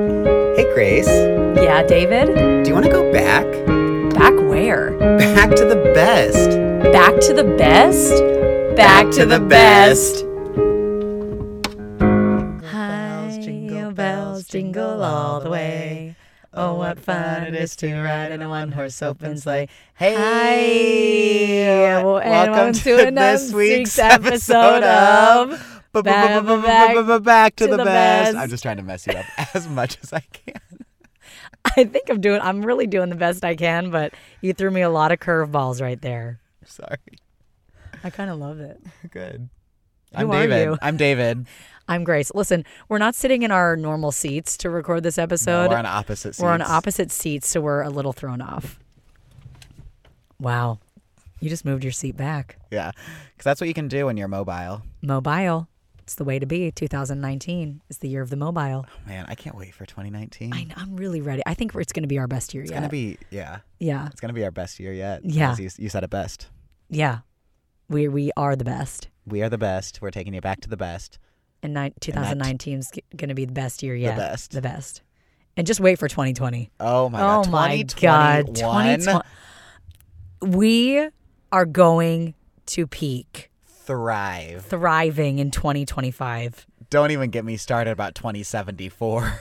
Hey, Grace, do Yeah, David? you want to go back? Back where? Back to the best. Back to the best? Back, Hi, Bells, jingle oh, bells, jingle all the way. Oh, what fun it is to ride in a one horse open sleigh. Hey, Hey, well, and welcome to another week's episode of Ba- ba- Back- ba- ba- ba- ba- ba- Back to the Best. Best. I'm just trying to mess you up as much as I can. I think I'm doing, I'm really doing the best I can, but you threw me a lot of curveballs right there. Sorry. I kind of love it. Good. I'm Who are David. you? I'm David. I'm Grace. Listen, we're not sitting in our normal seats to record this episode. We're on opposite seats. We're on opposite seats, so we're a little thrown off. Wow. You just moved your seat back. Yeah, because that's what you can do when you're mobile. Mobile. It's the way to be. 2019 is the year of the mobile. Man, I can't wait for 2019. I, I'm really ready. I think it's going to be our best year It's yet. gonna be yeah. yeah. It's gonna be our best year yet. Yeah. as you, you said it best. Yeah. We, we are the best. We are the best. We're taking you back to the best. And ni- 2019 is going to be the best year yet. best. The best. And just wait for 2020. Oh my oh god. my God. 2021, 2020. We are going to peak, Thrive. thriving in 2025. Don't even get me started about 2074.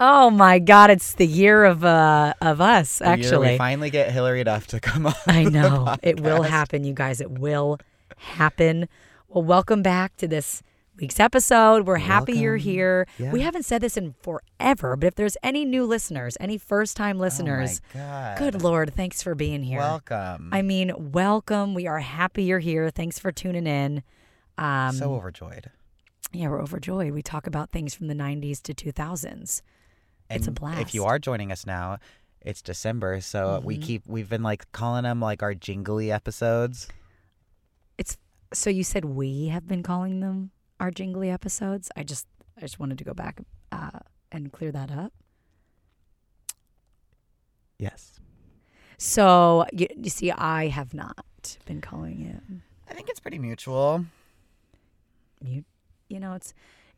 Oh my God! It's the year of uh of us. The year we Actually, finally get Hillary Duff to come on. Oh I the know it will podcast. happen, you guys. It will happen. Well, welcome back to this week's episode. We're happy you're Welcome. here. We Yeah. haven't said this in forever, but if there's any new listeners, any first time listeners, Oh my god. good Lord, thanks for being here. Welcome. I mean, welcome. We are happy you're here. Thanks for tuning in. Um, so overjoyed. yeah, we're overjoyed. We talk about things from the 90s to 2000s. And If it's a you blast. Mm-hmm. are joining us now, it's December, so we keep we've been like calling them like our jingly episodes. It's so you said we have been calling them our jingly episodes. I just I just wanted to go back uh, and clear that up. Yes. So you, you see, I have not been calling it. I think it's pretty mutual. You you know it's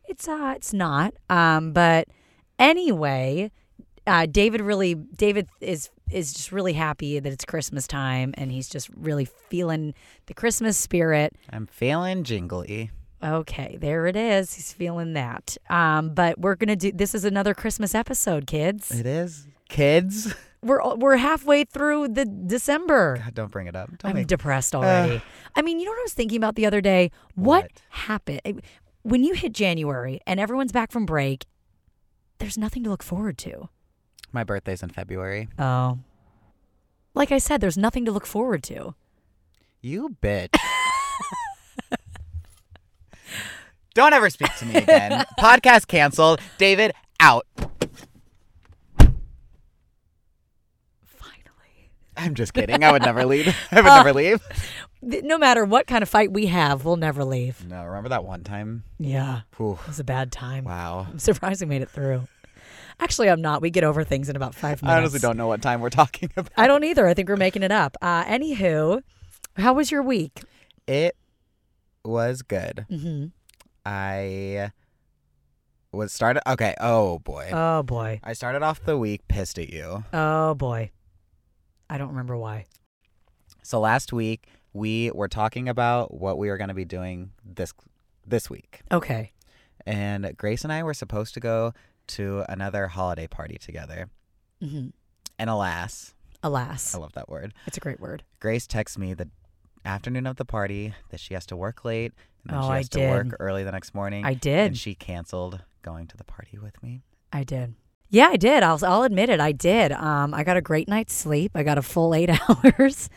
it's uh it's not. Um, but anyway, uh, David really David is is just really happy that it's Christmas time and he's just really feeling the Christmas spirit. I'm feeling jingly. Okay, there it is. He's feeling that. Um, but we're gonna do. This is another Christmas episode, kids. It is. Kids. We're we're halfway through the December. God, oh don't bring it up. Don't I'm make- depressed already. I mean, you know what I was thinking about the other day? What, What? happened I- when you hit January and everyone's back from break? There's nothing to look forward to. My birthday's in February. Oh, like I said, there's nothing to look forward to. You bitch. don't ever speak to me again. Podcast canceled. David out. Finally, I'm just kidding. I would never leave. I would Uh, never leave. Th- no matter what kind of fight we have, we'll never leave. No, remember that one time? Yeah, Phew. it was a bad time. Wow. I'm surprised we made it through. Actually, I'm not. We get over things in about five minutes. I honestly don't know what time we're talking about. I don't either. I think we're making it up. Uh, anywho, how was your week? It was good. hmm I was started. Okay. Oh boy. Oh boy. I started off the week pissed at you. Oh boy. I don't remember why. So last week we were talking about what we were going to be doing this this week, Okay. and Grace and I were supposed to go to another holiday party together. hmm And alas, Alas, I love that word. it's a great word. Grace texts me the afternoon of the party that she has to work late and then Oh, she I has to work did. early the next morning. I And did. she canceled going to the party with me. I did. Yeah, I did. I'll, I'll admit it. I did. Um, I got a great night's sleep. I got a full eight hours.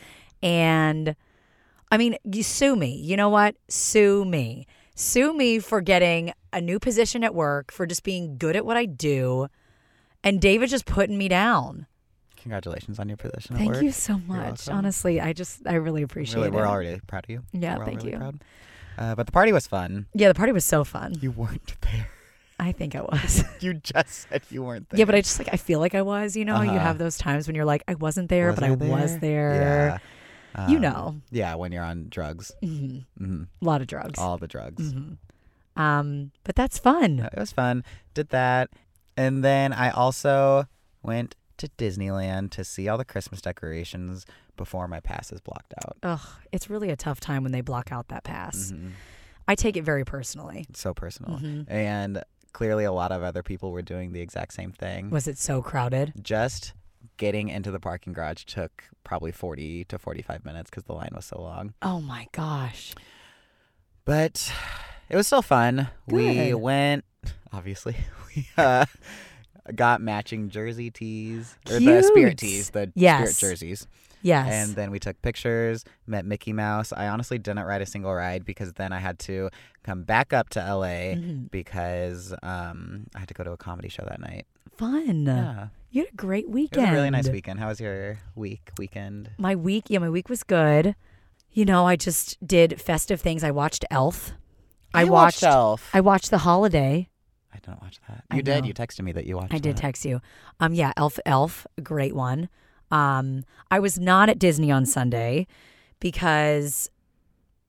And I mean, you sue me. You know what? Sue me. Sue me for getting a new position at work, for just being good at what I do. And David just putting me down. Congratulations on your position at Thank work. you so much. welcome. Honestly, I just, I really appreciate Really, it. we're already proud of you. Yeah, We're all thank really you. proud. Uh, but the party was fun. yeah, the party was so fun. You weren't there. I think I was. You just said you weren't there. yeah, but I just like, I feel like I was. You know, you Uh-huh. have those times when you're like, I wasn't there, but I Wasn't was there. Yeah. You Um, know. Yeah, when you're on drugs. Mhm. hmm A lot of drugs. Mm-hmm. All the drugs. Mhm. Um, but that's fun. Uh, It was fun. Did that. And then I also went to Disneyland to see all the Christmas decorations before my pass is blocked out. Ugh, it's really a tough time when they block out that pass. Mhm. I take it very personally. It's so personal. Mhm. And clearly, a lot of other people were doing the exact same thing. Was it so crowded? Just getting into the parking garage took probably 40 to 45 minutes because the line was so long. Oh my gosh. But it was still fun. We Good. went, obviously, we uh, got matching jersey tees, or the spirit Cute. tees, the Yes. spirit jerseys. Yes. And then we took pictures, met Mickey Mouse. I honestly didn't ride a single ride because then I had to come back up to LA Mhm. because um, I had to go to a comedy show that night. Fun. Yeah. You had a great It weekend. was a really nice weekend. How was your week, weekend? My week, yeah, my week was good. You know, I just did festive things. I watched Elf. I, watched. Elf. I watched The Holiday. I didn't watch that. I You did. know. You texted me that you watched I did that. text you. Um, yeah, Elf, Elf, a great one. Um, I was not at Disney on Sunday because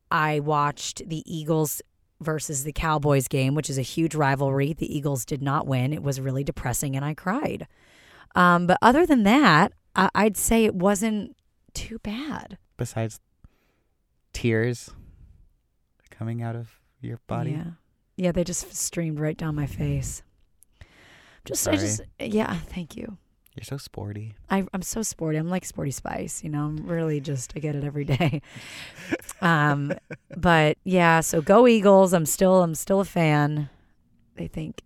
I watched the Eagles versus the Cowboys game, which is a huge rivalry. The Eagles did not win. It was really depressing, and I cried. Um, but other than that, I- I'd say it wasn't too bad. Besides tears coming out of your body. Yeah. Yeah, they just streamed right down my face. Just, Sorry. I just, yeah, thank you. You're so sporty. I, I'm so sporty. I'm like sporty spice, you know. I'm really just I get it every day. Um, but yeah, so go Eagles. I'm still I'm still a fan. They think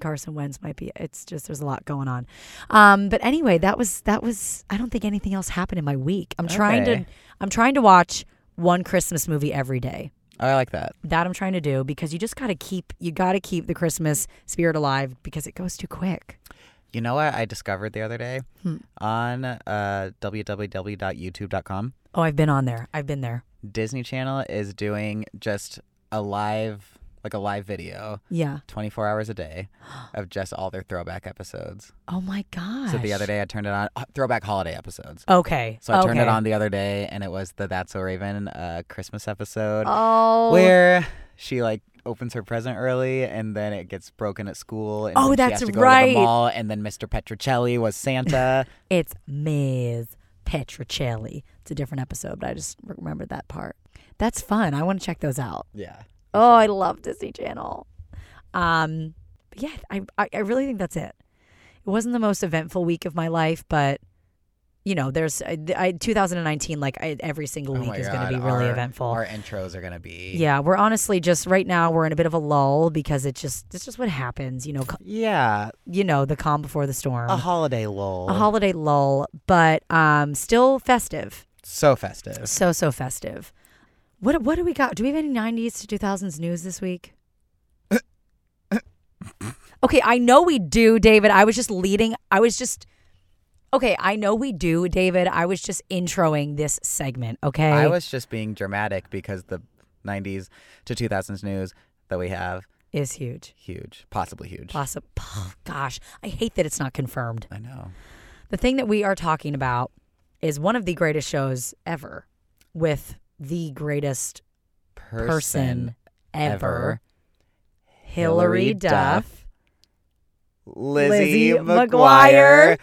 Carson Wentz might be. It's just there's a lot going on. Um, but anyway, that was that was. I don't think anything else happened in my week. I'm trying Okay. to I'm trying to watch one Christmas movie every day. Oh, I like that. That I'm trying to do because you just got to keep you got to keep the Christmas spirit alive because it goes too quick. You know what I discovered the other day Hmm. on uh, www.youtube.com. Oh, I've been on there. I've been there. Disney Channel is doing just a live, like a live video, Yeah. 24 hours a day, of just all their throwback episodes. Oh my gosh. So the other day I turned it on, uh, throwback holiday episodes. Okay. So I okay. turned it on the other day, and it was the That's So Raven uh, Christmas episode Oh. where she like opens her present early, and then it gets broken at school. And then Oh, she that's has to go To right. the mall, and then Mr. Petrocelli was Santa. It's Ms. Petrocelli. It's a different episode, but I just remembered that part. That's fun. I want to check those out. yeah. Oh, I love Disney Channel. Um, but yeah, I, I I really think that's it. It wasn't the most eventful week of my life, but you know, there's I, I, 2019. Like I, every single Oh week my is going to be God, really our- eventful. Our intros are gonna be. yeah, we're honestly just right now we're in a bit of a lull because it's just it's just what happens. You know, c- Yeah, you know the calm before the storm. a holiday lull. Uh-huh. a holiday lull, but um, still festive. so festive. So so festive. What what do we got? Do we have any '90s to 2000s news this week? okay, I know we do, David. I was just leading. I was just. Okay, I know we do, David. I was just introing this segment. Okay. I was just being dramatic because the 90s to 2000s news that we have is huge. huge, possibly huge. Possible. gosh, I hate that it's not confirmed. I know. The thing that we are talking about is one of the greatest shows ever, with the greatest Person, person ever, ever, Hillary, Hillary Duff, Lizzie, Lizzie McGuire McGuire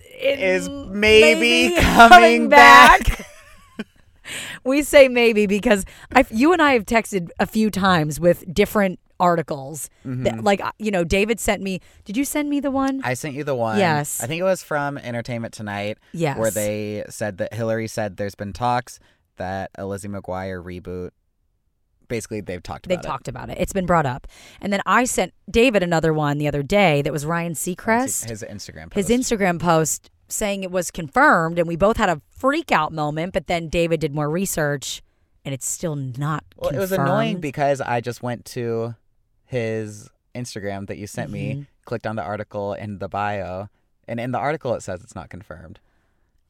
It is maybe coming back. we say maybe because I, you and I have texted a few times with different articles. That, like you know, David sent me. Did you send me the one? Mm-hmm. I sent you the one. Yes. I think it was from Entertainment Tonight yes. where they said that Hillary said there's been talks that a Lizzie McGuire reboot. Basically, they've talked They've about talked about it. It's been brought up. And then I sent David another one the other day that was Ryan it. Seacrest. His Instagram post. his Instagram post saying it was confirmed, and we both had a freak out moment. But then David did more research, and it's still not. Well, it was confirmed. annoying because I just went to his Instagram that you sent Mm-hmm. me, clicked on the article in the bio, and in the article it says it's not confirmed.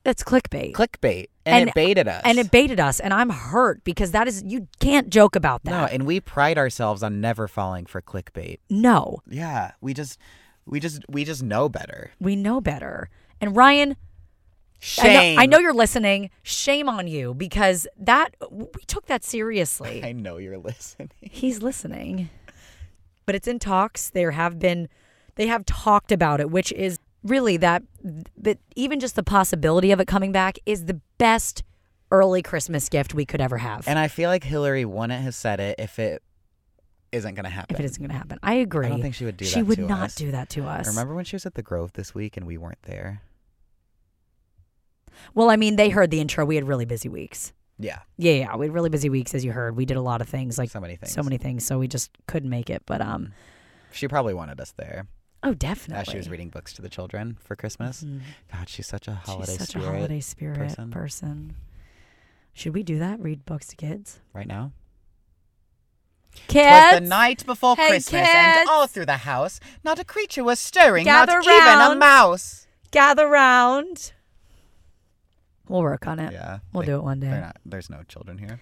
That's clickbait, Clickbait, and, it And- baited us. and it baited us, and I'm hurt because that is you can't joke about no, that. and we pride ourselves on never falling for clickbait. no, Yeah, we just, we just, we just know better. we know better. And Ryan, I Shame. know, I know you're listening. Shame on you because that we took that seriously. I know you're listening. He's listening. But it's in talks. There have been They have talked about it, which is really that, but even just the possibility of it coming back is the best early Christmas gift we could ever have. And I feel like Hillary wouldn't have said it if it isn't going to happen. if it isn't going to happen, I agree. I don't think she would do that. she would to not us. do that to us. Remember when she was at the Grove this week and we weren't there? Well, I mean, they heard the intro. We had really busy weeks. Yeah, Yeah, yeah, we had really busy weeks, as you heard. We did a lot of things, like so many things. Mm-hmm. so many things, so we just couldn't make it. But um, She probably wanted us there oh, definitely. as she was reading books to the children for Christmas. Mhm. God, she's such a holiday She's such spirit a holiday spirit person. person. Should we do that? Read books to kids? right now. Kids, Was the night before Hey, Christmas, and kids. all through the house, not a creature was stirring, Gather not even a round. mouse. gather round. We'll work on it. Yeah, We'll they- do it one They're day. not. There's no children here.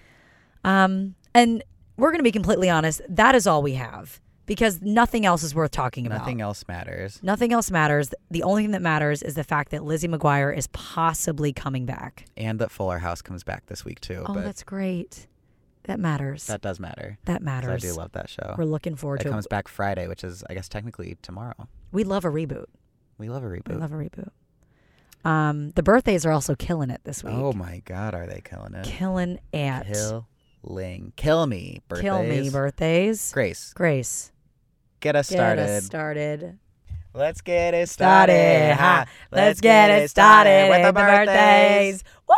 Um, and we're gonna be completely honest. That is all we have because nothing else is worth talking about. Nothing else matters. Nothing else matters. The only thing that matters is the fact that Lizzie McGuire is possibly coming back. And that Fuller House comes back this week too. Oh, but that's great. That matters. that That, does matter. 'cause matters. I do love that show. We're looking forward It to it. comes back Friday, which is I guess technically tomorrow. We love a reboot. We love a We reboot. love a reboot. Um, the birthdays are also killing it this week. oh my God, are they killing it? killing it. Killing, kill me, birthdays. Kill me birthdays. Grace, Grace. get us started. Get us started. Let's get it started. Started, huh? huh? Let's get it started with the the birthdays. birthdays. Woo!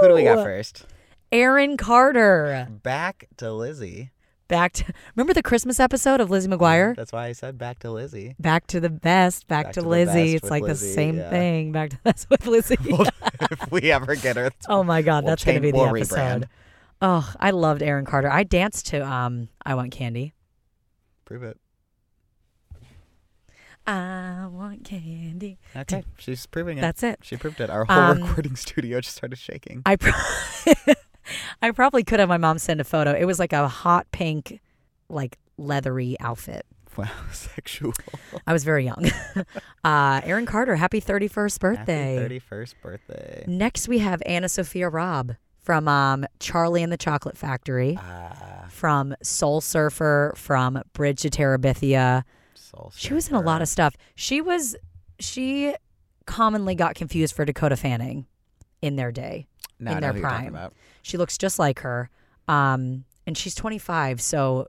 Who do we got first? Aaron Carter. Back to Lizzie. Back to remember the Christmas episode of Lizzie McGuire. That's why I said back to Lizzie. Back to the best. Back, Back to, to the best Lizzie. It's with like the Lizzie, same yeah. thing. Back to the best with Lizzie. if we ever get her, oh my God, We'll that's gonna change- be the we'll episode. rebrand. Oh, I loved Aaron Carter. I danced to um, "I Want Candy." prove it. I want candy. Okay, she's proving it. That's it. she proved it. Our whole Um, recording studio just started shaking. I pro- I probably could have my mom send a photo. It was like a hot pink, like leathery outfit. Wow, sexual. I was very young. uh, Aaron Carter, happy 31st birthday. Happy 31st birthday. Next, we have Anna Sophia Robb from um, Charlie and the Chocolate Factory, Ah, from Soul Surfer, from Bridge to Terabithia. soul She was in a lot of stuff. She was, she commonly got confused for Dakota Fanning in their day. no, in I know their who you're talking prime. about. She looks just like her. Um, and she's 25, so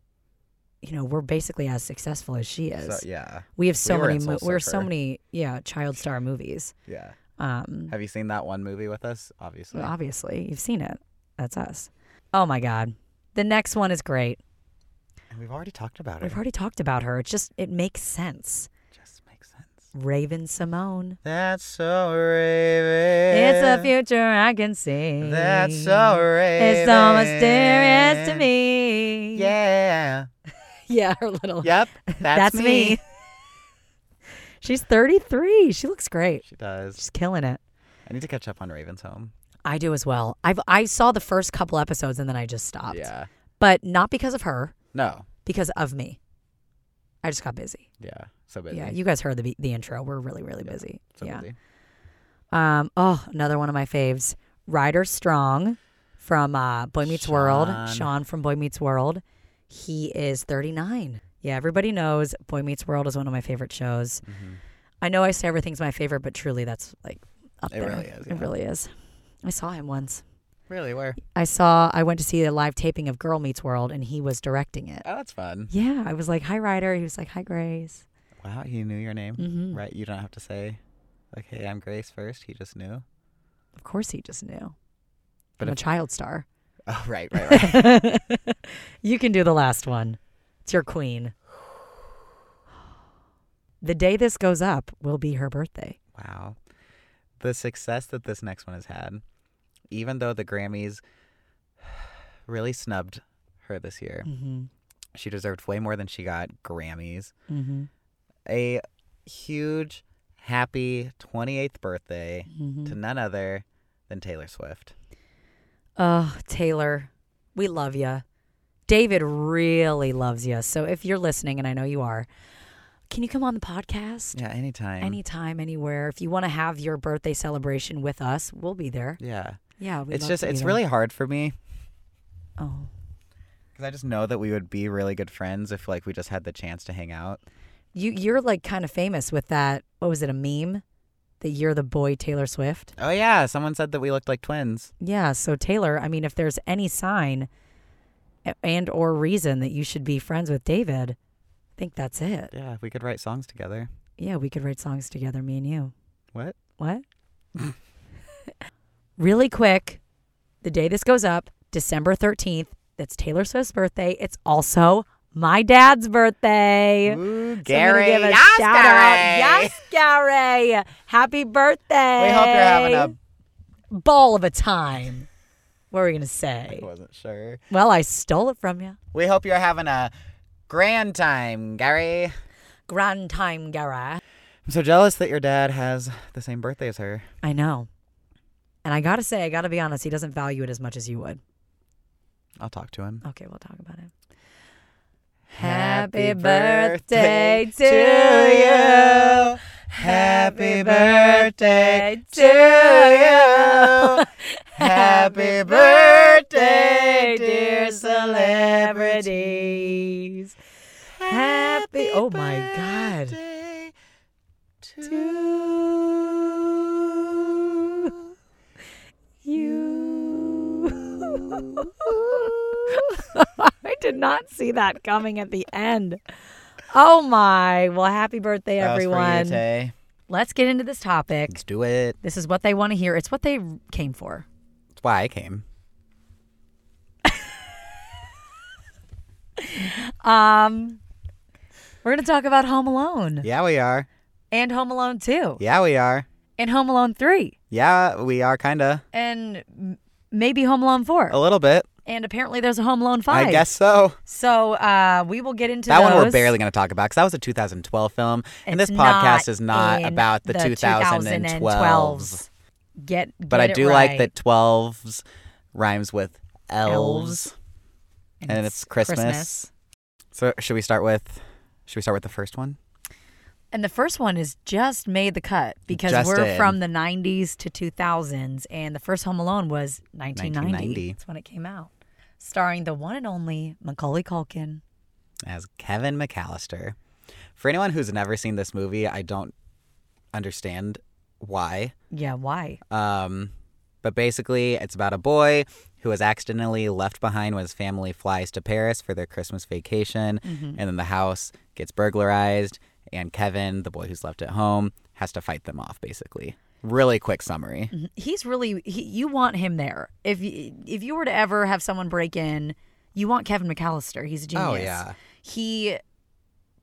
you know we're basically as successful as she is. So, yeah, We have so we were many. in Mo- Soul we're so Surfer. many. Yeah, child star movies. yeah. Um, Have you seen that one movie with us? Obviously. well, obviously you've seen it. That's us. Oh my God. The next one is great. And we've already talked about it. We've already talked about her. It just it makes sense. Just makes sense. Raven Simone. That's so Raven. It's a future I can see. That's so Raven. It's so mysterious to me. Yeah. Yeah. Her little. Yep. That's, That's, me. She's 33. She looks great. She does. She's killing it. I need to catch up on Raven's Home. I do as well. I've I saw the first couple episodes and then I just stopped. Yeah. But not because of her, No. because of me. I just got busy. Yeah. So busy. Yeah, you guys heard the be- the intro. We're really really Yeah, busy. so yeah. busy. Um oh, another one of my faves, Ryder Strong from uh, Boy Meets Sean. World. Sean from Boy Meets World. He is 39. Yeah, everybody knows Boy Meets World is one of my favorite shows. Mhm. I know I say everything's my favorite, but truly that's like up It there. really is, yeah. It really is. I saw him once. Really? Where? I saw I went to see a live taping of Girl Meets World and he was directing it. Oh, that's fun. Yeah, I was like, "Hi Ryder." He was like, "Hi Grace." Wow. He knew your name. hmm Mm-hmm. Right. You don't have to say, like, hey, I'm Grace first. He just knew. Of course he just knew. But But I'm a if- child star. Oh, right, right, right. you can do the last one. It's your queen. The day this goes up will be her birthday. Wow. The success that this next one has had, even though the Grammys really snubbed her this year, Mm-hmm. she deserved way more than she got Grammys. Mm-hmm. A huge, happy 28th birthday Mm-hmm. to none other than Taylor Swift. Oh, Taylor, we love you. David really loves you. So if you're listening, and I know you are, can you come on the podcast Yeah, anytime. anytime, anywhere? If you want to have your birthday celebration with us, we'll be there. yeah. Yeah, we it's just, it's really hard for me Oh, because I just know that we would be really good friends if, like, we just had the chance to hang out. You you're like kind of famous with that. What was it? A meme that you're the boy Taylor Swift. Oh yeah, someone said that we looked like twins. Yeah. So Taylor, I mean, if there's any sign a- and or reason that you should be friends with David, I think that's it. Yeah, we could write songs together. Yeah, we could write songs together, me and you. What? What? really quick, the day this goes up, December 13th, that's Taylor Swift's birthday. It's also my dad's Ooh, birthday. So I'm gonna Gary. give a yes, shout out. Gary! Yes, Gary. Happy birthday. We hope you're having a. ball of a time. What were we going to say? I wasn't sure. Well, I stole it from you. We hope you're having a grand time, Gary. Grand time, Gary. I'm so jealous that your dad has the same birthday as her. I know. And I got to say, I got to be honest, he doesn't value it as much as you would. I'll talk to him. Okay, we'll talk about it. Happy Happy birthday birthday to to you. you. Happy birthday to you. Happy birthday, dear celebrity. Happy- oh my God. birthday To You. I did not see that coming at the end. Oh my. Well, happy birthday, That was for you, everyone. Tay. Let's get into this topic. Let's do it. This is what they want to hear. It's what they came for. That's why I came. Um, we're going to talk about Home Alone Yeah, we are. and Home Alone 2 Yeah, we are. and Home Alone 3 Yeah, we are kinda and m- maybe Home Alone 4. a little bit. And apparently there's a Home Alone 5. I guess so. So uh, we will get into That one we're those. barely going to talk about because that was a 2012 film, and It's this podcast not is not in about the, 2012s. 2012s. Get, But get I it do like right. that 12s rhymes with elves, and, it's, Christmas. So should we start with? Should we start with the first one? And the first one is just made the cut because Just we're in. from the 90s to 2000s, and the first Home Alone was 1990. 1990. That's when it came out, starring the one and only Macaulay Culkin. As Kevin McAllister. For anyone who's never seen this movie, I don't understand why. Yeah, why? Um, but basically, it's about a boy who was accidentally left behind when his family flies to Paris for their Christmas vacation. Mm-hmm. And then the house gets burglarized, and Kevin, the boy who's left at home, has to fight them off, basically. Really quick summary. Mm-hmm. He's really he, you want him there. If you, if you were to ever have someone break in, you want Kevin McAllister. He's a genius. Oh, yeah. He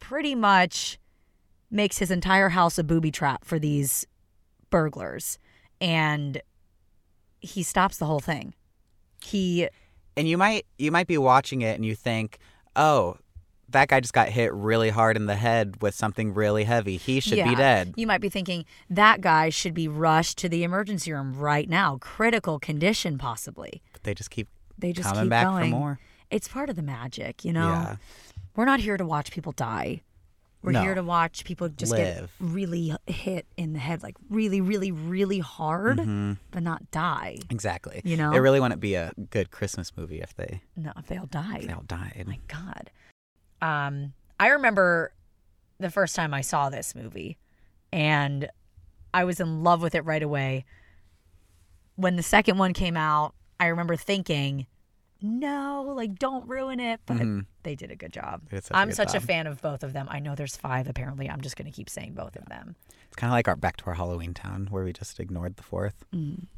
pretty much makes his entire house a booby trap for these burglars, and he stops the whole thing. He And you might you might be watching it and you think, "Oh, that guy just got hit really hard in the head with something really heavy. He should be Yeah. dead." You might be thinking that guy should be rushed to the emergency room right now, critical condition possibly. But they just keep They just coming keep back going. for more. It's part of the magic, you know. Yeah. We're not here to watch people die. We're No. here to watch people just get Live. really hit in the head, like really, really, really hard, Mm-hmm. but not die. Exactly. You know? it really wouldn't be a good Christmas movie if they No, if they all die. if they all died. My God. Um, I remember the first time I saw this movie and I was in love with it right away. When the second one came out, I remember thinking, no, like, don't ruin it. But they did a good job. Mm-hmm. They did such a I'm good such a job. fan of both of them. I know there's five, apparently. I'm just going to keep saying both of them. It's kind of like our back to our Halloween town where we just ignored the fourth.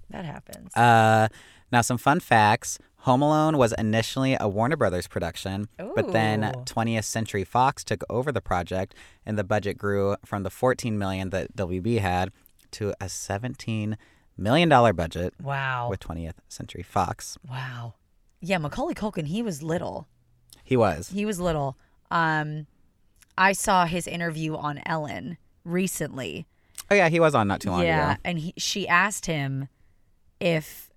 That happens. Uh, now, some fun facts Home Alone was initially a Warner Brothers production, but then Ooh. 20th Century Fox took over the project, and the budget grew from the 14 million that WB had to a 17 million dollar budget wow. with 20th Century Fox. wow. Yeah, Macaulay Culkin, he was little. He was. He was little. Um, I saw his interview on Ellen recently. Oh, yeah, he was on not too long yeah, ago. and he, she asked him if,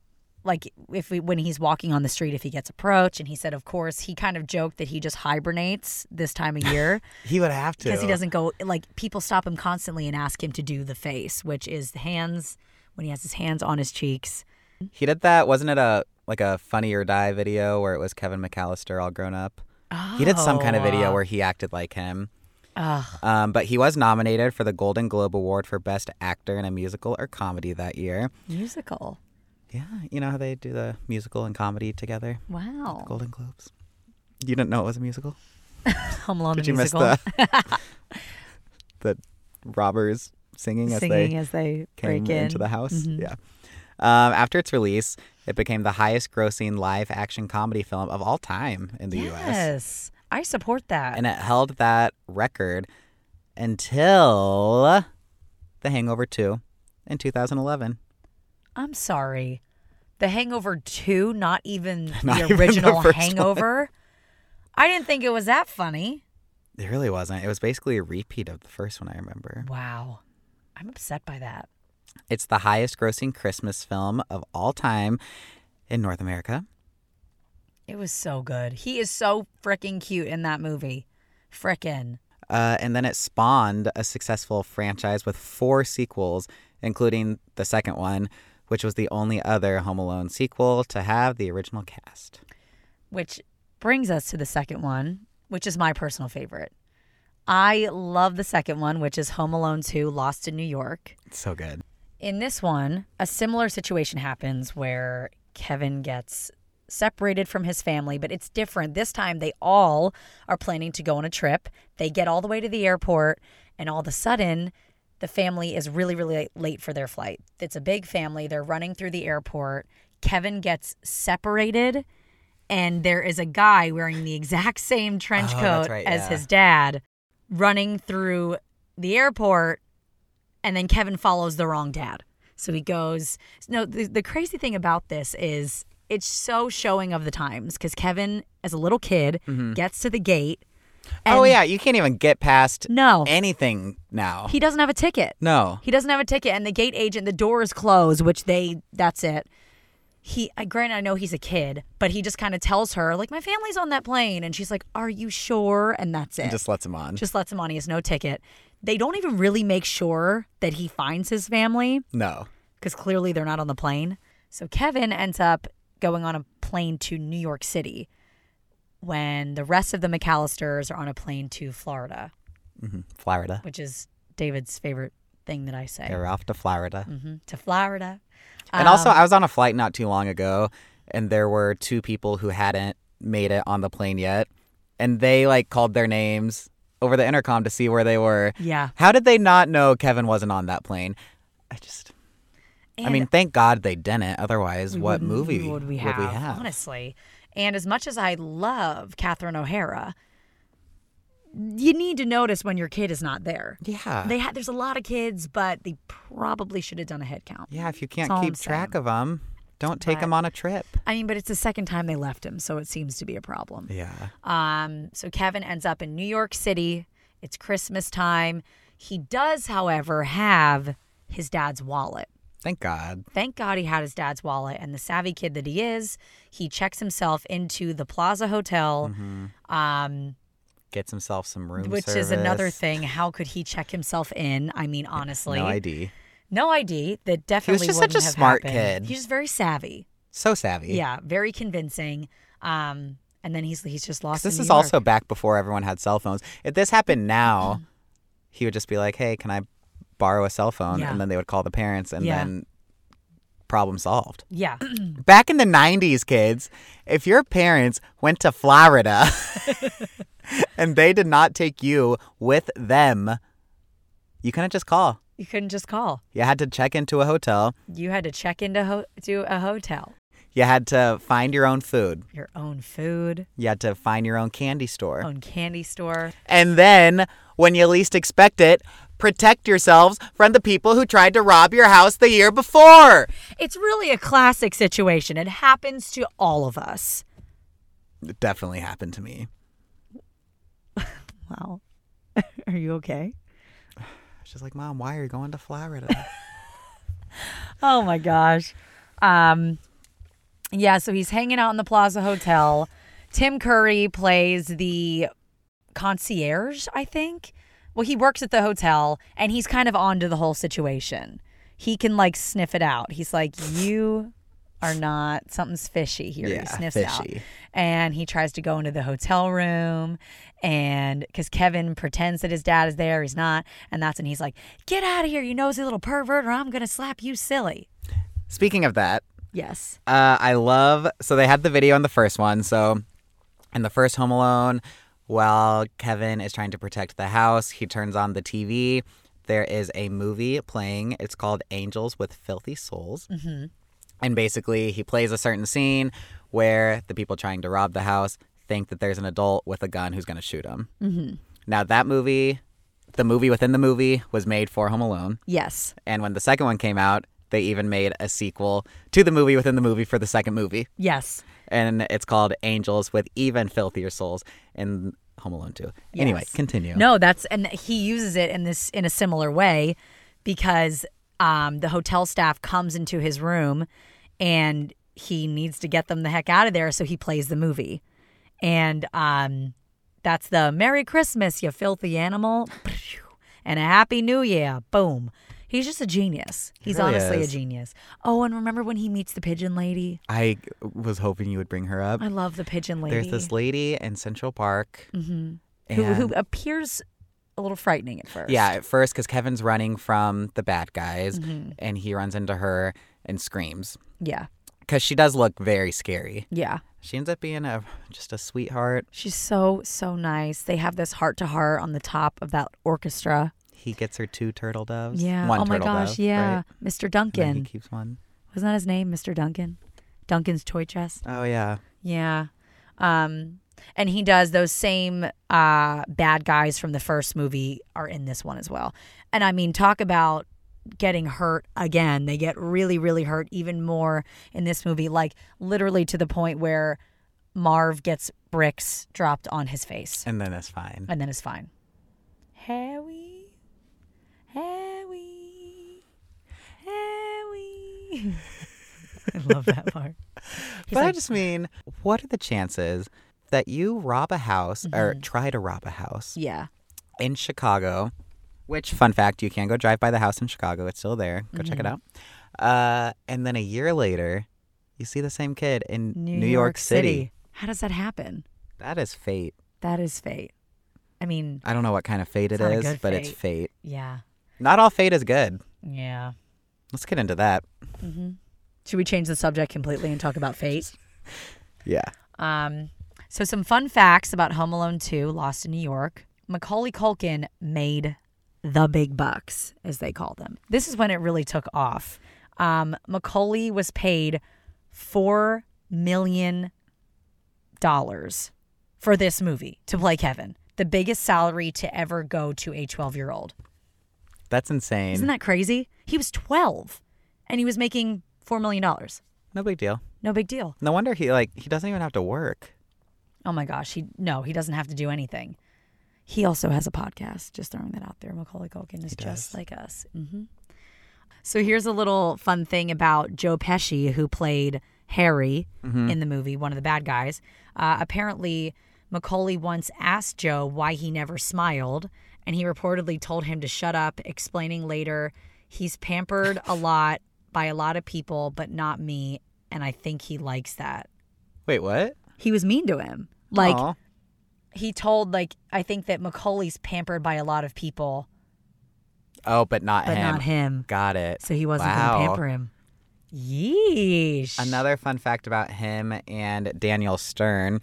like, if we, when he's walking on the street, if he gets approached, and he said, of course. He kind of joked that he just hibernates this time of year He would have to. because he doesn't go. Like, people stop him constantly and ask him to do the face, which is the hands when he has his hands on his cheeks. He did that, wasn't it a like a Funny or Die video where it was Kevin McAllister all grown up? He did some kind of video Oh. where he acted like him. Um, but he was nominated for the Golden Globe Award for Best Actor in a Musical or Comedy that year. Musical. Yeah, you know how they do the musical and comedy together? Wow. Golden Globes. You didn't know it was a musical? Home Alone Did the you miss musical. the, the robbers singing as singing they as they came break in. Mm-hmm. into the house? Yeah. Um, after its release, it became the highest grossing live action comedy film of all time in the US. Yes. I support that. And it held that record until The Hangover 2 in 2011. I'm sorry. The Hangover 2, not even Not the even the original first one. Hangover. I didn't think it was that funny. It really wasn't. It was basically a repeat of the first one I remember. Wow. I'm upset by that. It's the highest grossing Christmas film of all time in North America. It was so good. He is so freaking cute in that movie. Frickin'. Uh, and then it spawned a successful franchise with four sequels, including the second one, which was the only other Home Alone sequel to have the original cast. Which brings us to the second one, which is my personal favorite. I love the second one, which is Home Alone 2 Lost in New York. It's so good. In this one, a similar situation happens where Kevin gets separated from his family, but it's different. This time, they all are planning to go on a trip. They get all the way to the airport, and all of a sudden, the family is really, really late for their flight. It's a big family. They're running through the airport. Kevin gets separated, and there is a guy wearing the exact same trench Oh, that's coat right, as yeah. his dad running through the airport and then Kevin follows the wrong dad. So he goes. No, the, the crazy thing about this is it's so showing of the times because Kevin, as a little kid, gets to the gate. Mm-hmm. oh, and- yeah. You can't even get past No, anything now. he doesn't have a ticket. no. He doesn't have a ticket, and the gate agent, the door is closed, which they, that's it. He, I granted, I know he's a kid, but he just kind of tells her, like, my family's on that plane. And she's like, are you sure? And that's it. Just lets him on. just lets him on. He has no ticket. They don't even really make sure that he finds his family. no. because clearly they're not on the plane. So Kevin ends up going on a plane to New York City when the rest of the McAllisters are on a plane to Florida, Florida. which is David's favorite thing that I say. They're off to Florida. hmm To Florida. And also, Um, I was on a flight not too long ago, and there were two people who hadn't made it on the plane yet, and they like called their names over the intercom to see where they were. Um, Yeah. How did they not know Kevin wasn't on that plane? I just, I And mean, thank God they didn't. Otherwise, what wouldn't- movie would we have? Honestly. And as much as I love Catherine O'Hara, you need to notice when your kid is not there. Yeah. They ha- there's a lot of kids, but they probably should have done a head count. yeah, if you can't all I'm keep track of them, don't take But- them on a trip. I mean, but it's the second time they left him, so it seems to be a problem. Yeah. Um, so Kevin ends up in New York City. It's Christmas time. He does, however, have his dad's wallet. Thank God. Thank God he had his dad's wallet. And the savvy kid that he is, he checks himself into the Plaza Hotel, um, Gets himself some Mm-hmm. room which is another service. thing. How could he check himself in? I mean, honestly, No ID. No ID. That definitely just wouldn't such a have smart happened. kid. He's just very savvy. So savvy. Yeah, very convincing. Um, and then he's he's just lost. in This New is York. also back before everyone had cell phones. If this happened now, he would just be like, "Hey, can I borrow a cell phone?" Yeah. And then they would call the parents, and Yeah. then problem solved. yeah. Back in the '90s, kids, if your parents went to Florida and they did not take you with them, you couldn't just call. You couldn't just call. You had to check into a hotel. You had to check into ho- to a hotel, You had to find your own food. your own food, You had to find your own candy store. own candy store. And then, when you least expect it, protect yourselves from the people who tried to rob your house the year before. It's really a classic situation. It happens to all of us. It definitely happened to me. Wow. Are you okay? She's like, Mom, why are you going to Florida? Oh my gosh. Um yeah, so he's hanging out in the Plaza Hotel. Tim Curry plays the concierge, I think. Well, he works at the hotel and he's kind of onto the whole situation. He can like sniff it out. He's like, "You are not something's fishy here. he sniffs out, fishy. and he tries to go into the hotel room, and because Kevin pretends that his dad is there, he's not, and that's when he's like, "Get out of here, you nosy little pervert, or I'm gonna slap you silly." Speaking of that, Yes. Uh, I love. So they had the video in the first one. So in the first Home Alone, while Kevin is trying to protect the house, he turns on the TV. There is a movie playing. It's called Angels with Filthy Souls. Mm-hmm. And basically, he plays a certain scene where the people trying to rob the house think that there's an adult with a gun who's going to shoot him. Mm-hmm. Now, that movie, the movie within the movie, was made for Home Alone. Yes. And when the second one came out, they even made a sequel to the movie within the movie for the second movie. Yes. And it's called Angels with Even Filthier Souls and Home Alone 2. Anyway, Yes. continue. No, that's and he uses it in this in a similar way because um, the hotel staff comes into his room and he needs to get them the heck out of there, so he plays the movie, and um, that's the Merry Christmas, you filthy animal, and a Happy New Year. Boom. He's just a genius. He's really honestly is. a genius. Oh, and remember when he meets the pigeon lady? I was hoping you would bring her up. I love the pigeon lady. There's this lady in Central Park. Mm-hmm. who, who and- appears a little frightening at first. Yeah, at first, because Kevin's running from the bad guys Mm-hmm. and he runs into her and screams. Yeah. Because she does look very scary. Yeah. She ends up being a just a sweetheart. She's so so nice. They have this heart to heart on the top of that orchestra. He gets her two turtle doves. Yeah. One oh my turtle gosh. dove, yeah. right? Mr. And then he Duncan. keeps one. Wasn't that his name? Mr. Duncan. Duncan's toy chest. Oh, yeah. Yeah. Um and he does those same uh bad guys from the first movie are in this one as well. And I mean talk about getting hurt again. They get really really hurt even more in this movie like literally to the point where Marv gets bricks dropped on his face. And then it's fine. and then it's fine. Harry, Harry, Harry. I love that part. He's but I like, just mean, what are the chances that you rob a house or Mm-hmm. try to rob a house yeah, in Chicago? Which, fun fact, you can go drive by the house in Chicago. It's still there. Go check it out. Mm-hmm. Uh, and then a year later, you see the same kid in New, York, City. How does that happen? That is fate. That is fate. I mean, I don't know what kind of fate It's it not a is, good but it's fate. fate. yeah, Not all fate is good. yeah. Let's get into that. Should we change the subject completely and talk about fate? Yeah. Um, so some fun facts about Home Alone 2, Lost in New York. Macaulay Culkin made the big bucks, as they call them. This is when it really took off. Um, Macaulay was paid four million dollars for this movie to play Kevin, the biggest salary to ever go to a 12 year old. That's insane. Isn't that crazy? He was 12 and he was making four million dollars. no big deal. No big deal. No wonder he like he doesn't even have to work. Oh my gosh, he no, he doesn't have to do anything. He also has a podcast. Just throwing that out there. Macaulay Culkin is just like us. hmm So here's a little fun thing about Joe Pesci, who played Harry in the movie, one of the bad guys. Uh, apparently, Macaulay once asked Joe why he never smiled, and he reportedly told him to shut up, explaining later he's pampered a lot by a lot of people, but not me, and I think he likes that. Wait, what? He was mean to him. Like Aw. he told like I think that Macaulay's pampered by a lot of people, oh, but not but him. not him. Got it. So he wasn't Wow. going to pamper him. Yeesh. Another fun fact about him and Daniel Stern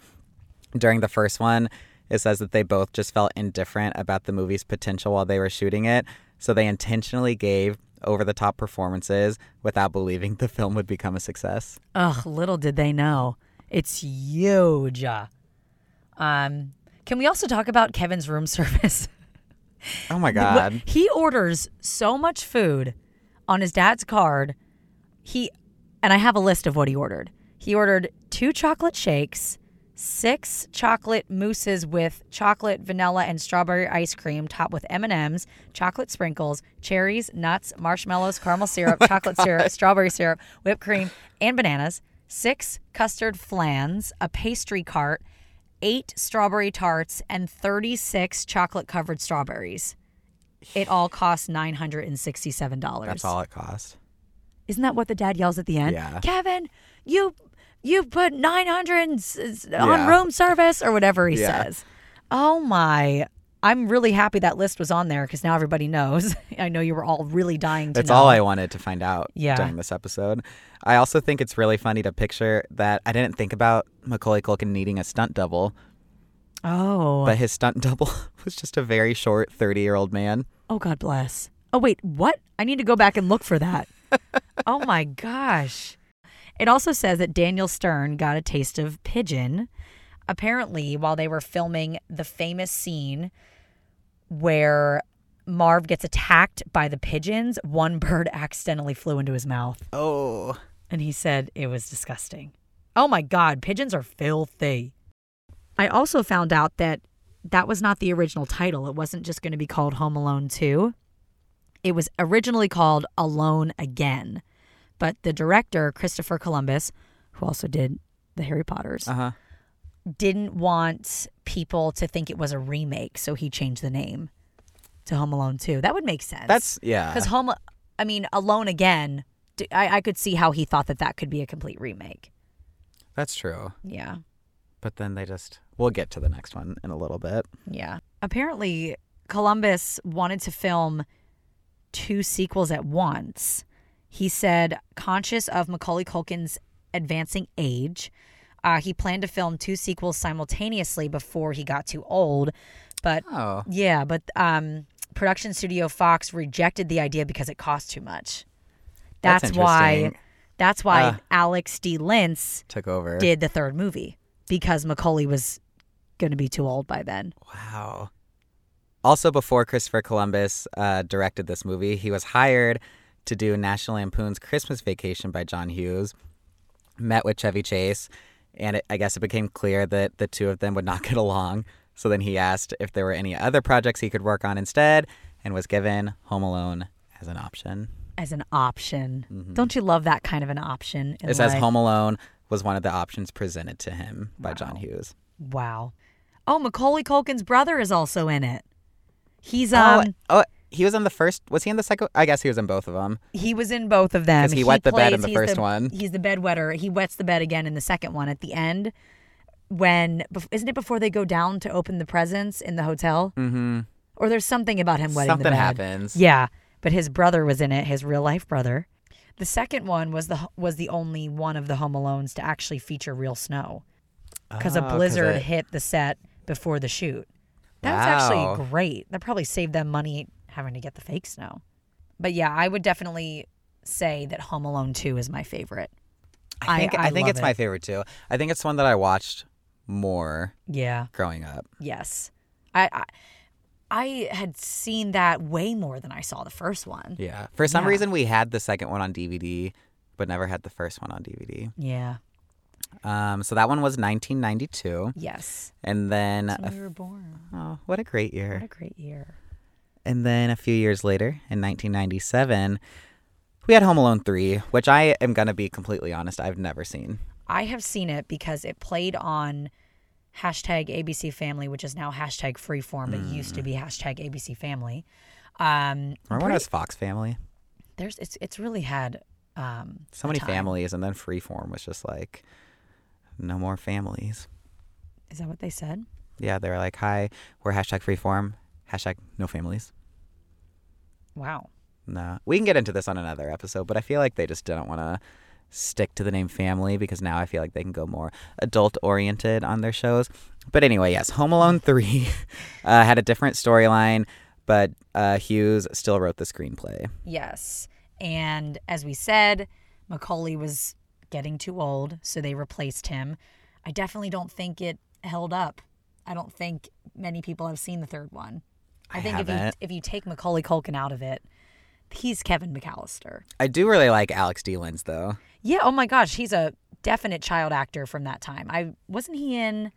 during the first one, it says that they both just felt indifferent about the movie's potential while they were shooting it. So they intentionally gave over the top performances without believing the film would become a success. Ugh, little did they know. It's huge. Um, can we also talk about Kevin's room service? Oh my Wh- God. He orders so much food on his dad's card. He and I have a list of what he ordered. He ordered two chocolate shakes, six chocolate mousses with chocolate, vanilla, and strawberry ice cream, topped with M and M's, chocolate sprinkles, cherries, nuts, marshmallows, caramel syrup, chocolate syrup, strawberry syrup, whipped cream, and bananas. Six custard flans, a pastry cart, eight strawberry tarts, and thirty-six chocolate-covered strawberries. It all costs nine hundred and sixty-seven dollars. That's all it cost. Isn't that what the dad yells at the end? Yeah. Kevin, you you put 900 s- s- on Yeah. room service or whatever he Yeah. says. Oh my. I'm really happy that list was on there because now everybody knows. I know you were all really dying to That's know. all I wanted to find out Yeah. during this episode. I also think it's really funny to picture that I didn't think about Macaulay Culkin needing a stunt double, Oh. but his stunt double was just a very short 30 year old man. oh, God bless. Oh, wait, what? I need to go back and look for that. oh my gosh. It also says that Daniel Stern got a taste of pigeon. Apparently, while they were filming the famous scene where Marv gets attacked by the pigeons, one bird accidentally flew into his mouth. Oh. And he said it was disgusting. Oh my God, pigeons are filthy. I also found out that that was not the original title. It wasn't just going to be called Home Alone 2. It was originally called Alone Again. But the director, Christopher Columbus, who also did the Harry Potters, Uh huh. didn't want people to think it was a remake. So he changed the name to Home Alone 2. That would make sense. That's, yeah. Because Home, I mean, Alone Again, d- I, I could see how he thought that that could be a complete remake. That's true. Yeah. But then they just, we'll get to the next one in a little bit. Yeah. Apparently, Columbus wanted to film two sequels at once. He said, conscious of Macaulay Culkin's advancing age, uh, he planned to film two sequels simultaneously before he got too old. But Oh. yeah, but um, production studio Fox rejected the idea because it cost too much. That's, That's why. interesting. That's why Ah. Alex D. Lentz Took over. did the third movie because Macaulay was going to be too old by then. Wow. Also, before Christopher Columbus uh, directed this movie, he was hired to do National Lampoon's Christmas Vacation by John Hughes, met with Chevy Chase, and it, I guess it became clear that the two of them would not get along. So then he asked if there were any other projects he could work on instead and was given Home Alone as an option. as an option. Don't you love that kind of an option? in Mm-hmm. It says life? Home Alone was one of the options presented to him by John Hughes. Wow. Oh, Macaulay Culkin's brother is also in it. He's Oh, um oh, he was in the first. Was he in the second? I guess he was in both of them. he was in both of them. 'Cause he wet the bed in the he's first one. He's the bedwetter. He wets the bed again in the second one at the end. When bef- isn't it before they go down to open the presents in the hotel? Mm-hmm. Or there's something about him wetting the Something bed. happens. Yeah, but his brother was in it, his real life brother. The second one was the was the only one of the Home Alones to actually feature real snow because Oh, a blizzard it- hit the set before the shoot. That was Wow. actually great. That probably saved them money having to get the fake snow. But yeah, I would definitely say that Home Alone 2 is my favorite. I- I think I, I think love it's it. my favorite too. I think it's one that I watched more Yeah. growing up. Yes. I I, I had seen that way more than I saw the first one. Yeah. For some Yeah. reason, we had the second one on DVD, but never had the first one on DVD. Yeah. Um, so that one was 1992, Yes. and then That's a when f- we were born. oh, what a great What a year! great year. And then a few years later, in 1997, we had Home Alone three, which I am gonna be completely honest, I've never seen. I have seen it because it played on hashtag ABC Family, which is now hashtag Freeform, but used to Mm. be hashtag ABC Family. Um, Remember when it was Fox Family? there's it's it's really had um, So a many time. families, and then Freeform was just like, no more families. Is that what they said? Yeah, they were like, "Hi, we're hashtag freeform, hashtag no families." Wow. No, we can get into this on another episode, but I feel like they just didn't want to stick to the name family because now I feel like they can go more adult oriented on their shows. But anyway, yes, Home Alone three uh, had a different storyline, but uh, Hughes still wrote the screenplay. Yes. And as we said, Macaulay was getting too old, so they replaced him. I definitely don't think it held up. I don't think many people have seen the third one. I, I think if you haven't. if you take Macaulay Culkin out of it, he's Kevin McAllister. I do really like Alex D. Lins though. Yeah. Oh my gosh, he's a definite child actor from that time. I wasn't he in.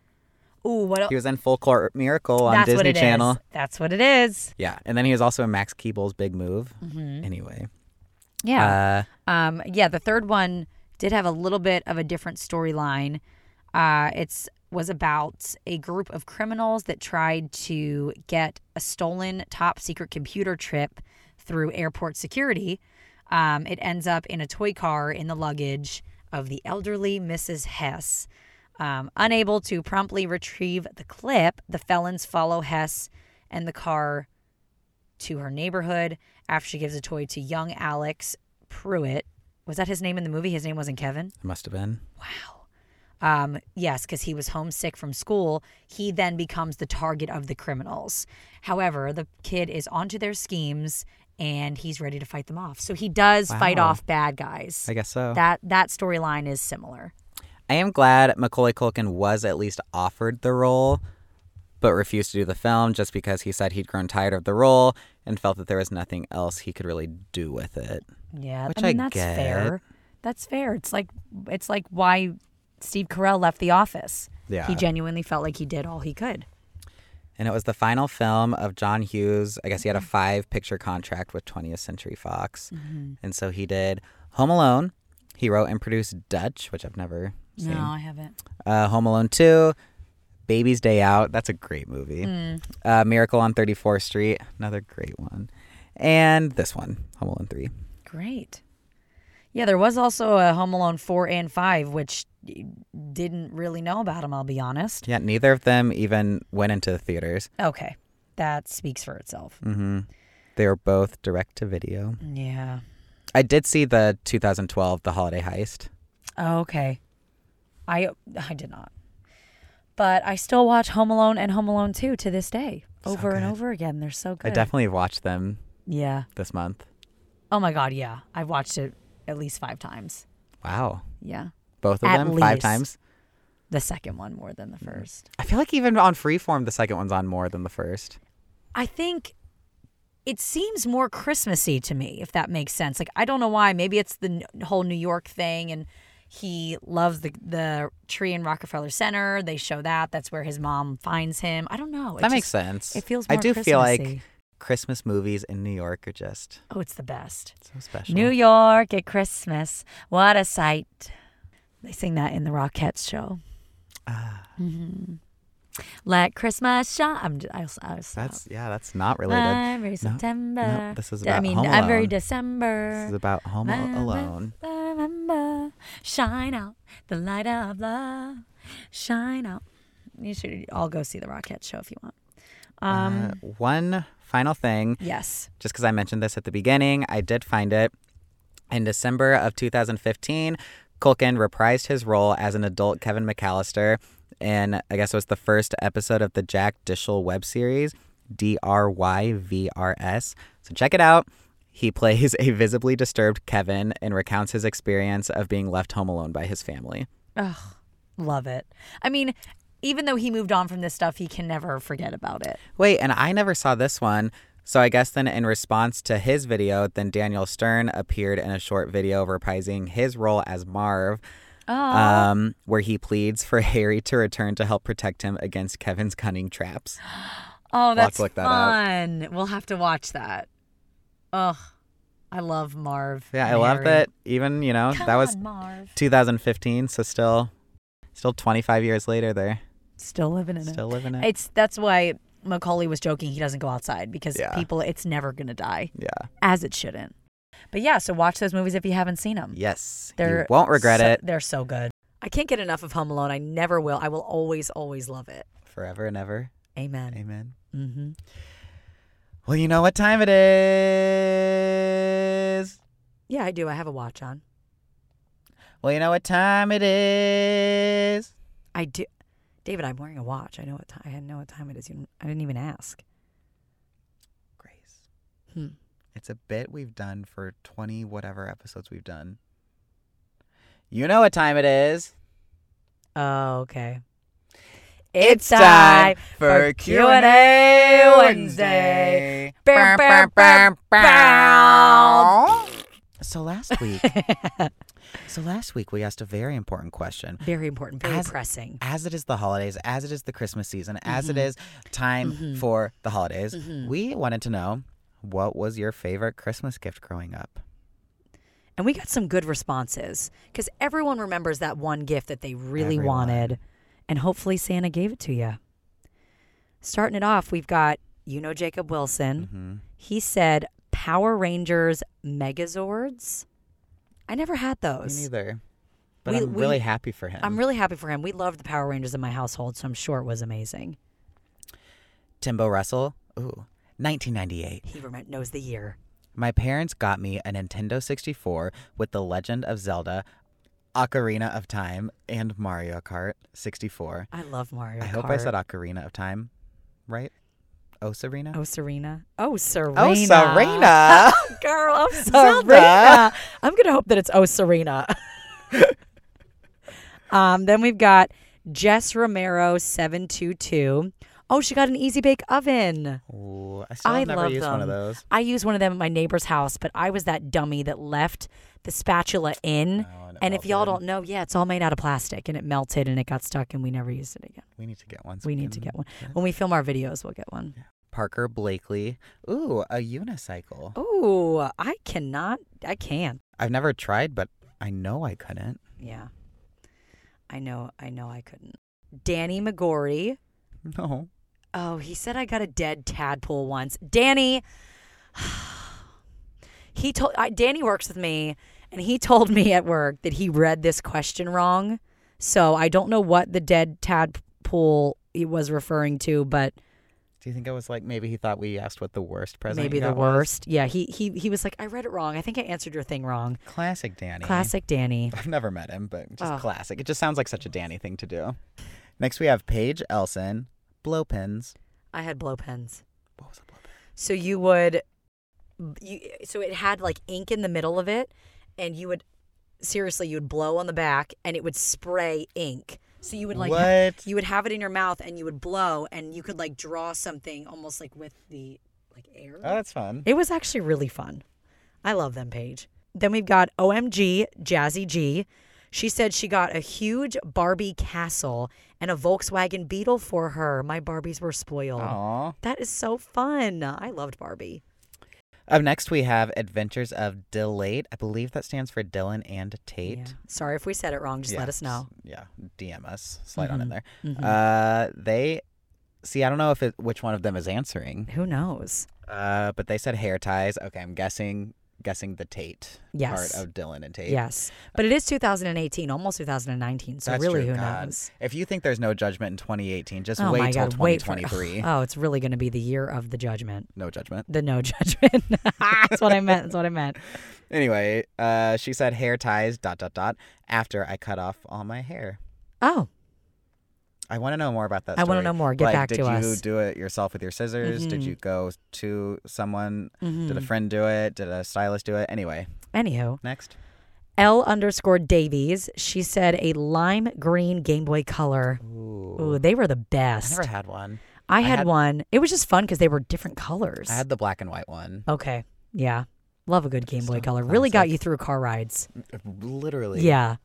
Ooh, what? He was in Full Court Miracle on that's Disney what it is. Channel. That's what it is. Yeah, and then he was also in Max Keeble's Big Move. Anyway, Mm-hmm. Yeah. uh, Um, yeah, the third one did have a little bit of a different storyline. Uh, it's was about a group of criminals that tried to get a stolen top secret computer trip through airport security. Um, it ends up in a toy car in the luggage of the elderly Mrs. Hess. Um, unable to promptly retrieve the clip, the felons follow Hess and the car to her neighborhood after she gives a toy to young Alex Pruitt. Was that his name in the movie? His name wasn't Kevin? It must have been. Wow. Um, yes, because he was homesick from school. He then becomes the target of the criminals. However, the kid is onto their schemes and he's ready to fight them off. So he does fight Wow. off bad guys. I guess so. That that storyline is similar. I am glad Macaulay Culkin was at least offered the role, but refused to do the film just because he said he'd grown tired of the role and felt that there was nothing else he could really do with it. Yeah, Which I mean I that's get. fair. That's fair. It's like it's like why Steve Carell left The Office. Yeah. he genuinely felt like he did all he could. And it was the final film of John Hughes. I guess he had a five picture contract with 20th Century Fox. And so he did Home Alone. He wrote and produced Dutch, which I've never seen. haven't. Uh, Home Alone 2, Baby's Day Out. That's a great movie. Hmm. Uh, Miracle on 34th Street. Another great one. And this one, Home Alone 3. Great. Yeah, there was also a Home Alone four and five, which y- didn't really know about him. I'll be honest. Yeah, neither of them even went into the theaters. Okay, that speaks for itself. hmm They were both direct to video. Yeah. I did see the 2012 The Holiday Heist. Oh, okay. I I did not, but I still watch Home Alone and Home Alone two to this day, So over and good. over again. They're so I good. definitely watched them yeah. this month. Oh my god, yeah. I've watched it at least five times. Wow. Yeah. Both of At them five least. times. The second one more than the Mm. first. I feel like even on Freeform, the second one's on more than the first. I think it seems more Christmassy to me, if that makes sense. Like I don't know why. Maybe it's the n- whole New York thing and he loves the the tree in Rockefeller Center. They show that. That's where his mom finds him. I don't know. It that makes just- sense. It feels I more do feel like Christmassy. Christmas movies in New York are just Oh, it's the best. so special. New York at Christmas. What a sight. They sing that in the Rockettes show. Ah, Let Christmas shine. I'm just, I was, I was that's yeah, that's not related. Every No, September. no, this is D- I about mean, Home every Alone. December. This is about Home Al- Alone. Remember, shine out the light of love. Shine out. You should all go see the Rockette show if you want. Um, Uh, one final thing, yes. just because I mentioned this at the beginning, I did find it. In December of 2015, Culkin reprised his role as an adult Kevin McAllister in, I guess it was the first episode of the Jack Dishel web series, D R Y V R S. So check it out. He plays a visibly disturbed Kevin and recounts his experience of being left home alone by his family. Ugh, love it. I mean, even though he moved on from this stuff, he can never forget about it. Wait, and I never saw this one. So I guess then in response to his video, then Daniel Stern appeared in a short video reprising his role as Marv. Um, where he pleads for Harry to return to help protect him against Kevin's cunning traps. Oh, Let's that's look that up. fun. We'll have to watch that. Ugh, I love Marv. Yeah, I and love Harry. that. Even you know Come that was on, Marv. 2015, so still, still 25 years later, they're Still living in still living it. It's that's why Macaulay was joking. He doesn't go outside because Yeah. people, it's never gonna die yeah. as it shouldn't. But yeah, so watch those movies if you haven't seen them. Yes. They're you won't regret so- it They're so good. I can't get enough of Home Alone. I never will. I will always, always love it. forever and ever. Amen. Amen. Mm-hmm. Well, you know what time it is. Yeah, I do. I have a watch on. Well, you know what time it is. I do. David, I'm wearing a watch. I know what time. I know what time it is. You didn't- I didn't even ask. Grace. Hmm. It's a bit we've done for 20 whatever episodes we've done. You know what time it is. Oh, okay. It's time for for Q&A Wednesday. Wednesday. Bow, bow, bow, bow. So last week, so last week we asked a very important question. very important. Very As- pressing. as it is the holidays, as it is the Christmas season, as it Mm-hmm. is time for the holidays, we wanted to know what was your favorite Christmas gift growing up? And we got some good responses because everyone remembers that one gift that they really Everyone. wanted. And hopefully Santa gave it to you. Mm-hmm. Starting it off, we've got, you know, Jacob Wilson. He said, Power Rangers Megazords. I never had Me those. neither. But We- I'm we- really happy for him. I'm really happy for him. We loved the Power Rangers in my household, so I'm sure it was amazing. Timbo Russell. Ooh. 1998. He remem- knows the year. My parents got me a Nintendo 64 with The Legend of Zelda, Ocarina of Time, and Mario Kart 64. I love Mario. I hope I said Ocarina of Time, right? Oh, Serena? Oh, Serena. Oh, Serena. Oh, Serena. Girl, I'm Zelda. Serena. I'm gonna hope that it's Oh Serena. um, then we've got Jess Romero seven two two. Oh, she got an easy bake oven. Ooh, I still I have never love used one of them. those. I used one of them at my neighbor's house, but I was that dummy that left the spatula in. Oh, it and if y'all melted. don't know, yeah, it's all made out of plastic and it melted and it got stuck and we never used it again. We need to get one. so We need to can- get one. When we film our videos, we'll get one. Parker Blakely. Ooh, a unicycle. Oh, I cannot. I can't. I've never tried, but I know I couldn't. Yeah. I know, I know I couldn't. Danny McGorry. No. Oh, he said I got a dead tadpole once. Danny He told I, Danny works with me and he told me at work that he read this question wrong. So I don't know what the dead tadpole he was referring to, but Do you think it was like maybe he thought we asked what the worst present? maybe you the got was? worst. Yeah, he he he was like, I read it wrong. I think I answered your thing wrong. Classic Danny. Classic Danny. I've never met him, but just Oh. classic. It just sounds like such a Danny thing to do. Next, we have Paige Elson. Blow pins. I had blow pens. What was a blow pin? So you would, you so it had like ink in the middle of it, and you would seriously you would blow on the back, and it would spray ink. So you would like ha- What? you would have it in your mouth, and you would blow, and you could like draw something almost like with the like air. Oh, that's fun. It was actually really fun. I love them, Paige. Then we've got OMG Jazzy G. She said she got a huge Barbie castle and a Volkswagen Beetle for her. My Barbies were spoiled. Aw. That is so fun. I loved Barbie. Up next, we have Adventures of Dilate. I believe that stands for Dylan and Tate. Yeah. Sorry if we said it wrong. Just Yeah, let us s- know. Mm-hmm. Yeah, DM us. Slide on in there. Uh, they see. I don't know if it, which one of them is answering. Who knows? Uh, but they said hair ties. Okay, I'm guessing guessing the Tate Yes. part of Dylan and Tate. Yes. But it is 2018, almost 2019. So That's really, true. who God. knows? If you think there's no judgment in 2018, just Oh wait my till God. Wait for 2023. Oh, it's really going to be the year of the judgment. No judgment. The no judgment. That's what I meant. That's what I meant. Anyway, uh, she said hair ties dot dot dot after I cut off all my hair. Oh, I want to know more about that. I wanna story. know more. Get like, back did to you us. do it yourself with your scissors? Did Mhm. you go to someone? Did a mhm. friend do it? Did a stylist do it? Anyway, Anywho, next. L underscore Davies. She said a lime green Game Boy Color. Ooh. Ooh, they were the I best. never had one. I had, had- one. It was just fun because they were different colors. I had the black and white one. Okay. Yeah. Love a good Game Boy Still Color. Really got classic. you through car rides. Literally. Yeah.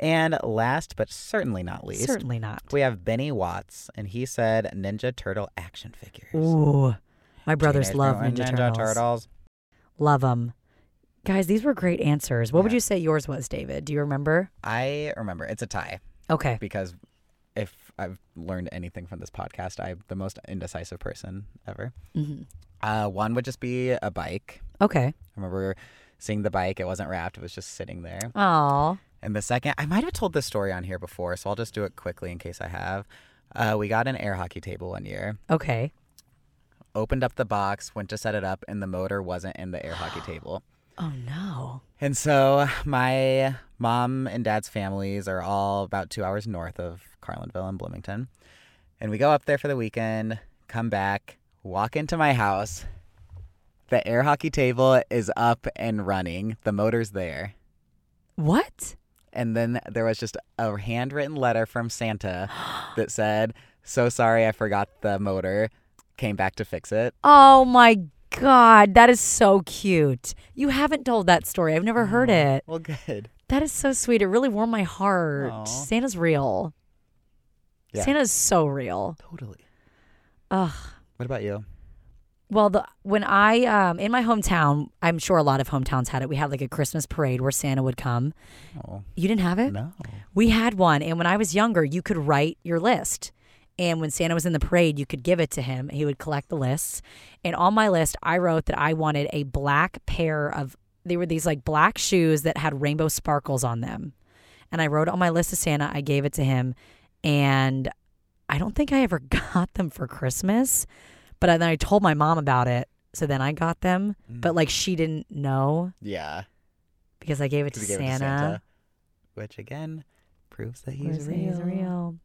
And last but certainly not least, Certainly not. we have Benny Watts, and he said Ninja Turtle action figures. Ooh. My brothers Teenage love Mutant Ninja, Ninja Turtles. Turtles. Love them. Guys, these were great answers. What would Yeah. you say yours was, David? Do you remember? I remember it's a tie Okay. because if I've learned anything from this podcast, I'm the most indecisive person ever. hmm Uh, one would just be a bike. Okay. I remember seeing the bike. It wasn't wrapped. It was just sitting there. Aw. And the second, I might have told this story on here before, so I'll just do it quickly in case I have. Uh, we got an air hockey table one year, Okay. opened up the box, went to set it up, and the motor wasn't in the air hockey table. Oh, no. And so my mom and dad's families are all about two hours north of Carlinville and Bloomington. And we go up there for the weekend, come back, walk into my house. The air hockey table is up and running, the motor's there. What? And then there was just a handwritten letter from Santa that said, So sorry, I forgot the motor. Came back to fix it. Oh, my God. That is so cute. You haven't told that story. I've never heard it. Well, good. That is so sweet. It really warmed my heart. Aw. Santa's real. Yeah. Santa's so real. Totally. Ugh. What about you? Well, the, when I um, in my hometown, I'm sure a lot of hometowns had it. We had like a Christmas parade where Santa would come. Oh, You didn't have it? no. We had one, and when I was younger, you could write your list, And when Santa was in the parade, you could give it to him. He would collect the lists. And on my list, I wrote that I wanted a black pair of, they were these like black shoes that had rainbow sparkles on them. And I wrote it on my list to Santa. I gave it to him. And I don't think I ever got them for Christmas. But then I told my mom about it. So then I got them. But like she didn't know Mm. yeah, because I gave it to, 'cause he Santa. gave it to Santa, which again proves that he's Where's the he's real. real?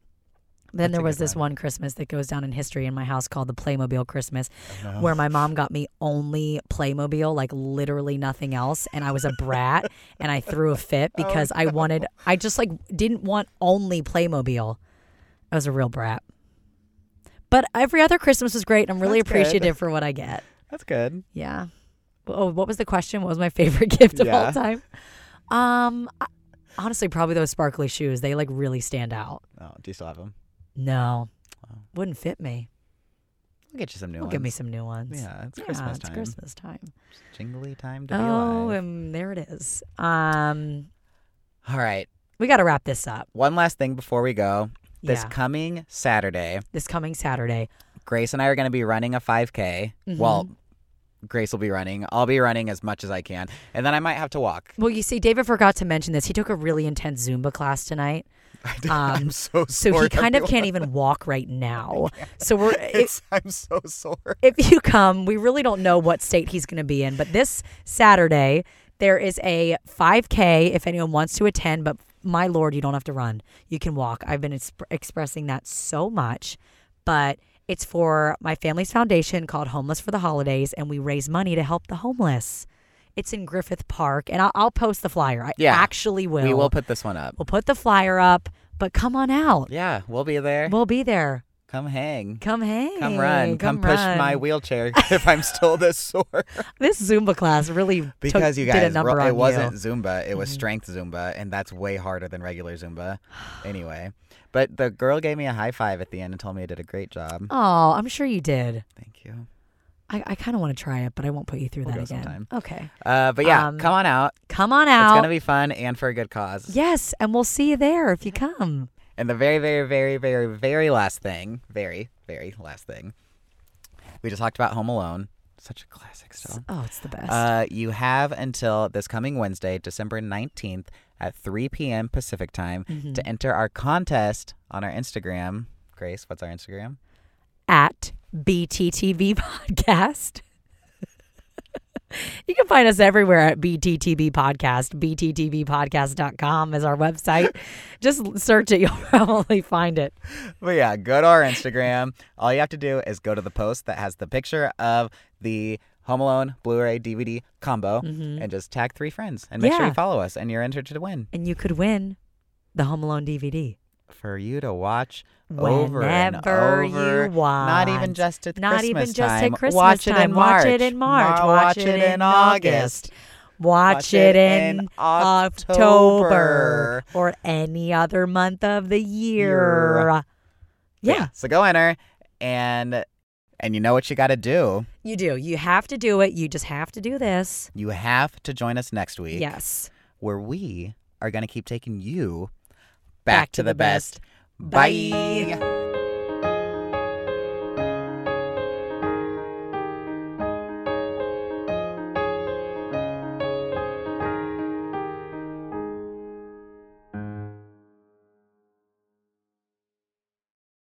Then That's there a was good this one. one Christmas that goes down in history in my house called the Playmobil Christmas, Oh, no. where my mom got me only Playmobil, like literally nothing else. And I was a brat and I threw a fit Oh, because I wanted, I just like didn't want only Playmobil. I was a real brat. But every other Christmas was great. And I'm really That's good. appreciative for what I get. That's good. Yeah. Oh, what was the question? What was my favorite gift of Yeah. all time? Um, I- honestly, probably those sparkly shoes. They like really stand out. Oh, do you still have him? No, Wow. wouldn't fit me. We'll get you some new We'll ones. give me some new ones. Yeah, it's Christmas it's time. Christmas time. Jingly time to be Oh, alive. and there it is. Um, All right. we got to wrap this up. One last thing before we go. This yeah, coming Saturday, this coming Saturday. Grace and I are going to be running a 5K. Mm-hmm. Well, Grace will be running. I'll be running as much as I can. And then I might have to walk. Well, you see, David forgot to mention this. He took a really intense Zumba class tonight, I'm Um, so so sore. he kind of everyone. can't even walk right now. So we're it, It's- I'm so sore. if you come, we really don't know what state he's going to be in. But this Saturday, there is a 5K if anyone wants to attend. But my Lord, you don't have to run. You can walk. I've been exp- expressing that so much. But it's for my family's foundation called Homeless for the Holidays, and we raise money to help the homeless. It's in Griffith Park, and I'll, I'll post the flyer. I Yeah. actually will. We will put this one up. We'll put the flyer up, but come on out. Yeah, we'll be there. We'll be there. Come hang. Come hang. Come run. Come, push run. my wheelchair if I'm still this sore. This Zumba class really took- Because you did a guys, number on it wasn't you. Mm-hmm. Zumba, it was strength Zumba, and that's way harder than regular Zumba. Anyway, but the girl gave me a high five at the end and told me I did a great job. Oh, I'm sure you did. Thank you. I, I kind of want to try it, but I won't put you through We'll that go again. sometime. Okay, Uh, but yeah, Um, come on out. come on It's out. gonna be fun and for a good cause. yes, and we'll see you there if you come. And the very, very, very, very, very last thing, very, very last thing, we just talked about Home Alone. Such a classic still. Oh, it's the best. Uh, you have until this coming Wednesday, December 19th at 3 p.m. Pacific time to enter our contest on our Instagram. Grace, what's our Instagram? At BTTV Podcast. you can find us everywhere at BTTV Podcast. BTTVpodcast.com is our website. Just search it, you'll probably find it. But yeah, go to our Instagram. All you have to do is go to the post that has the picture of the Home Alone Blu-ray DVD combo and just tag three friends and make sure Mm-hmm. Yeah. you follow us and you're entered to win And you could win the Home Alone DVD. for you to watch over and Whenever over. you Not even want. just at Not Christmas even just time. at Christmas watch time. It in watch March. it in March. Mar- watch it in August. Watch, Watch it it in, in October. October. or any other month of the year. Year. Yeah, So go enter and and you know what you got to do. you do. You have to do it. You just have to do this. You have to join us next week Yes. where we are going to keep taking you Back to the best. Bye. Bye.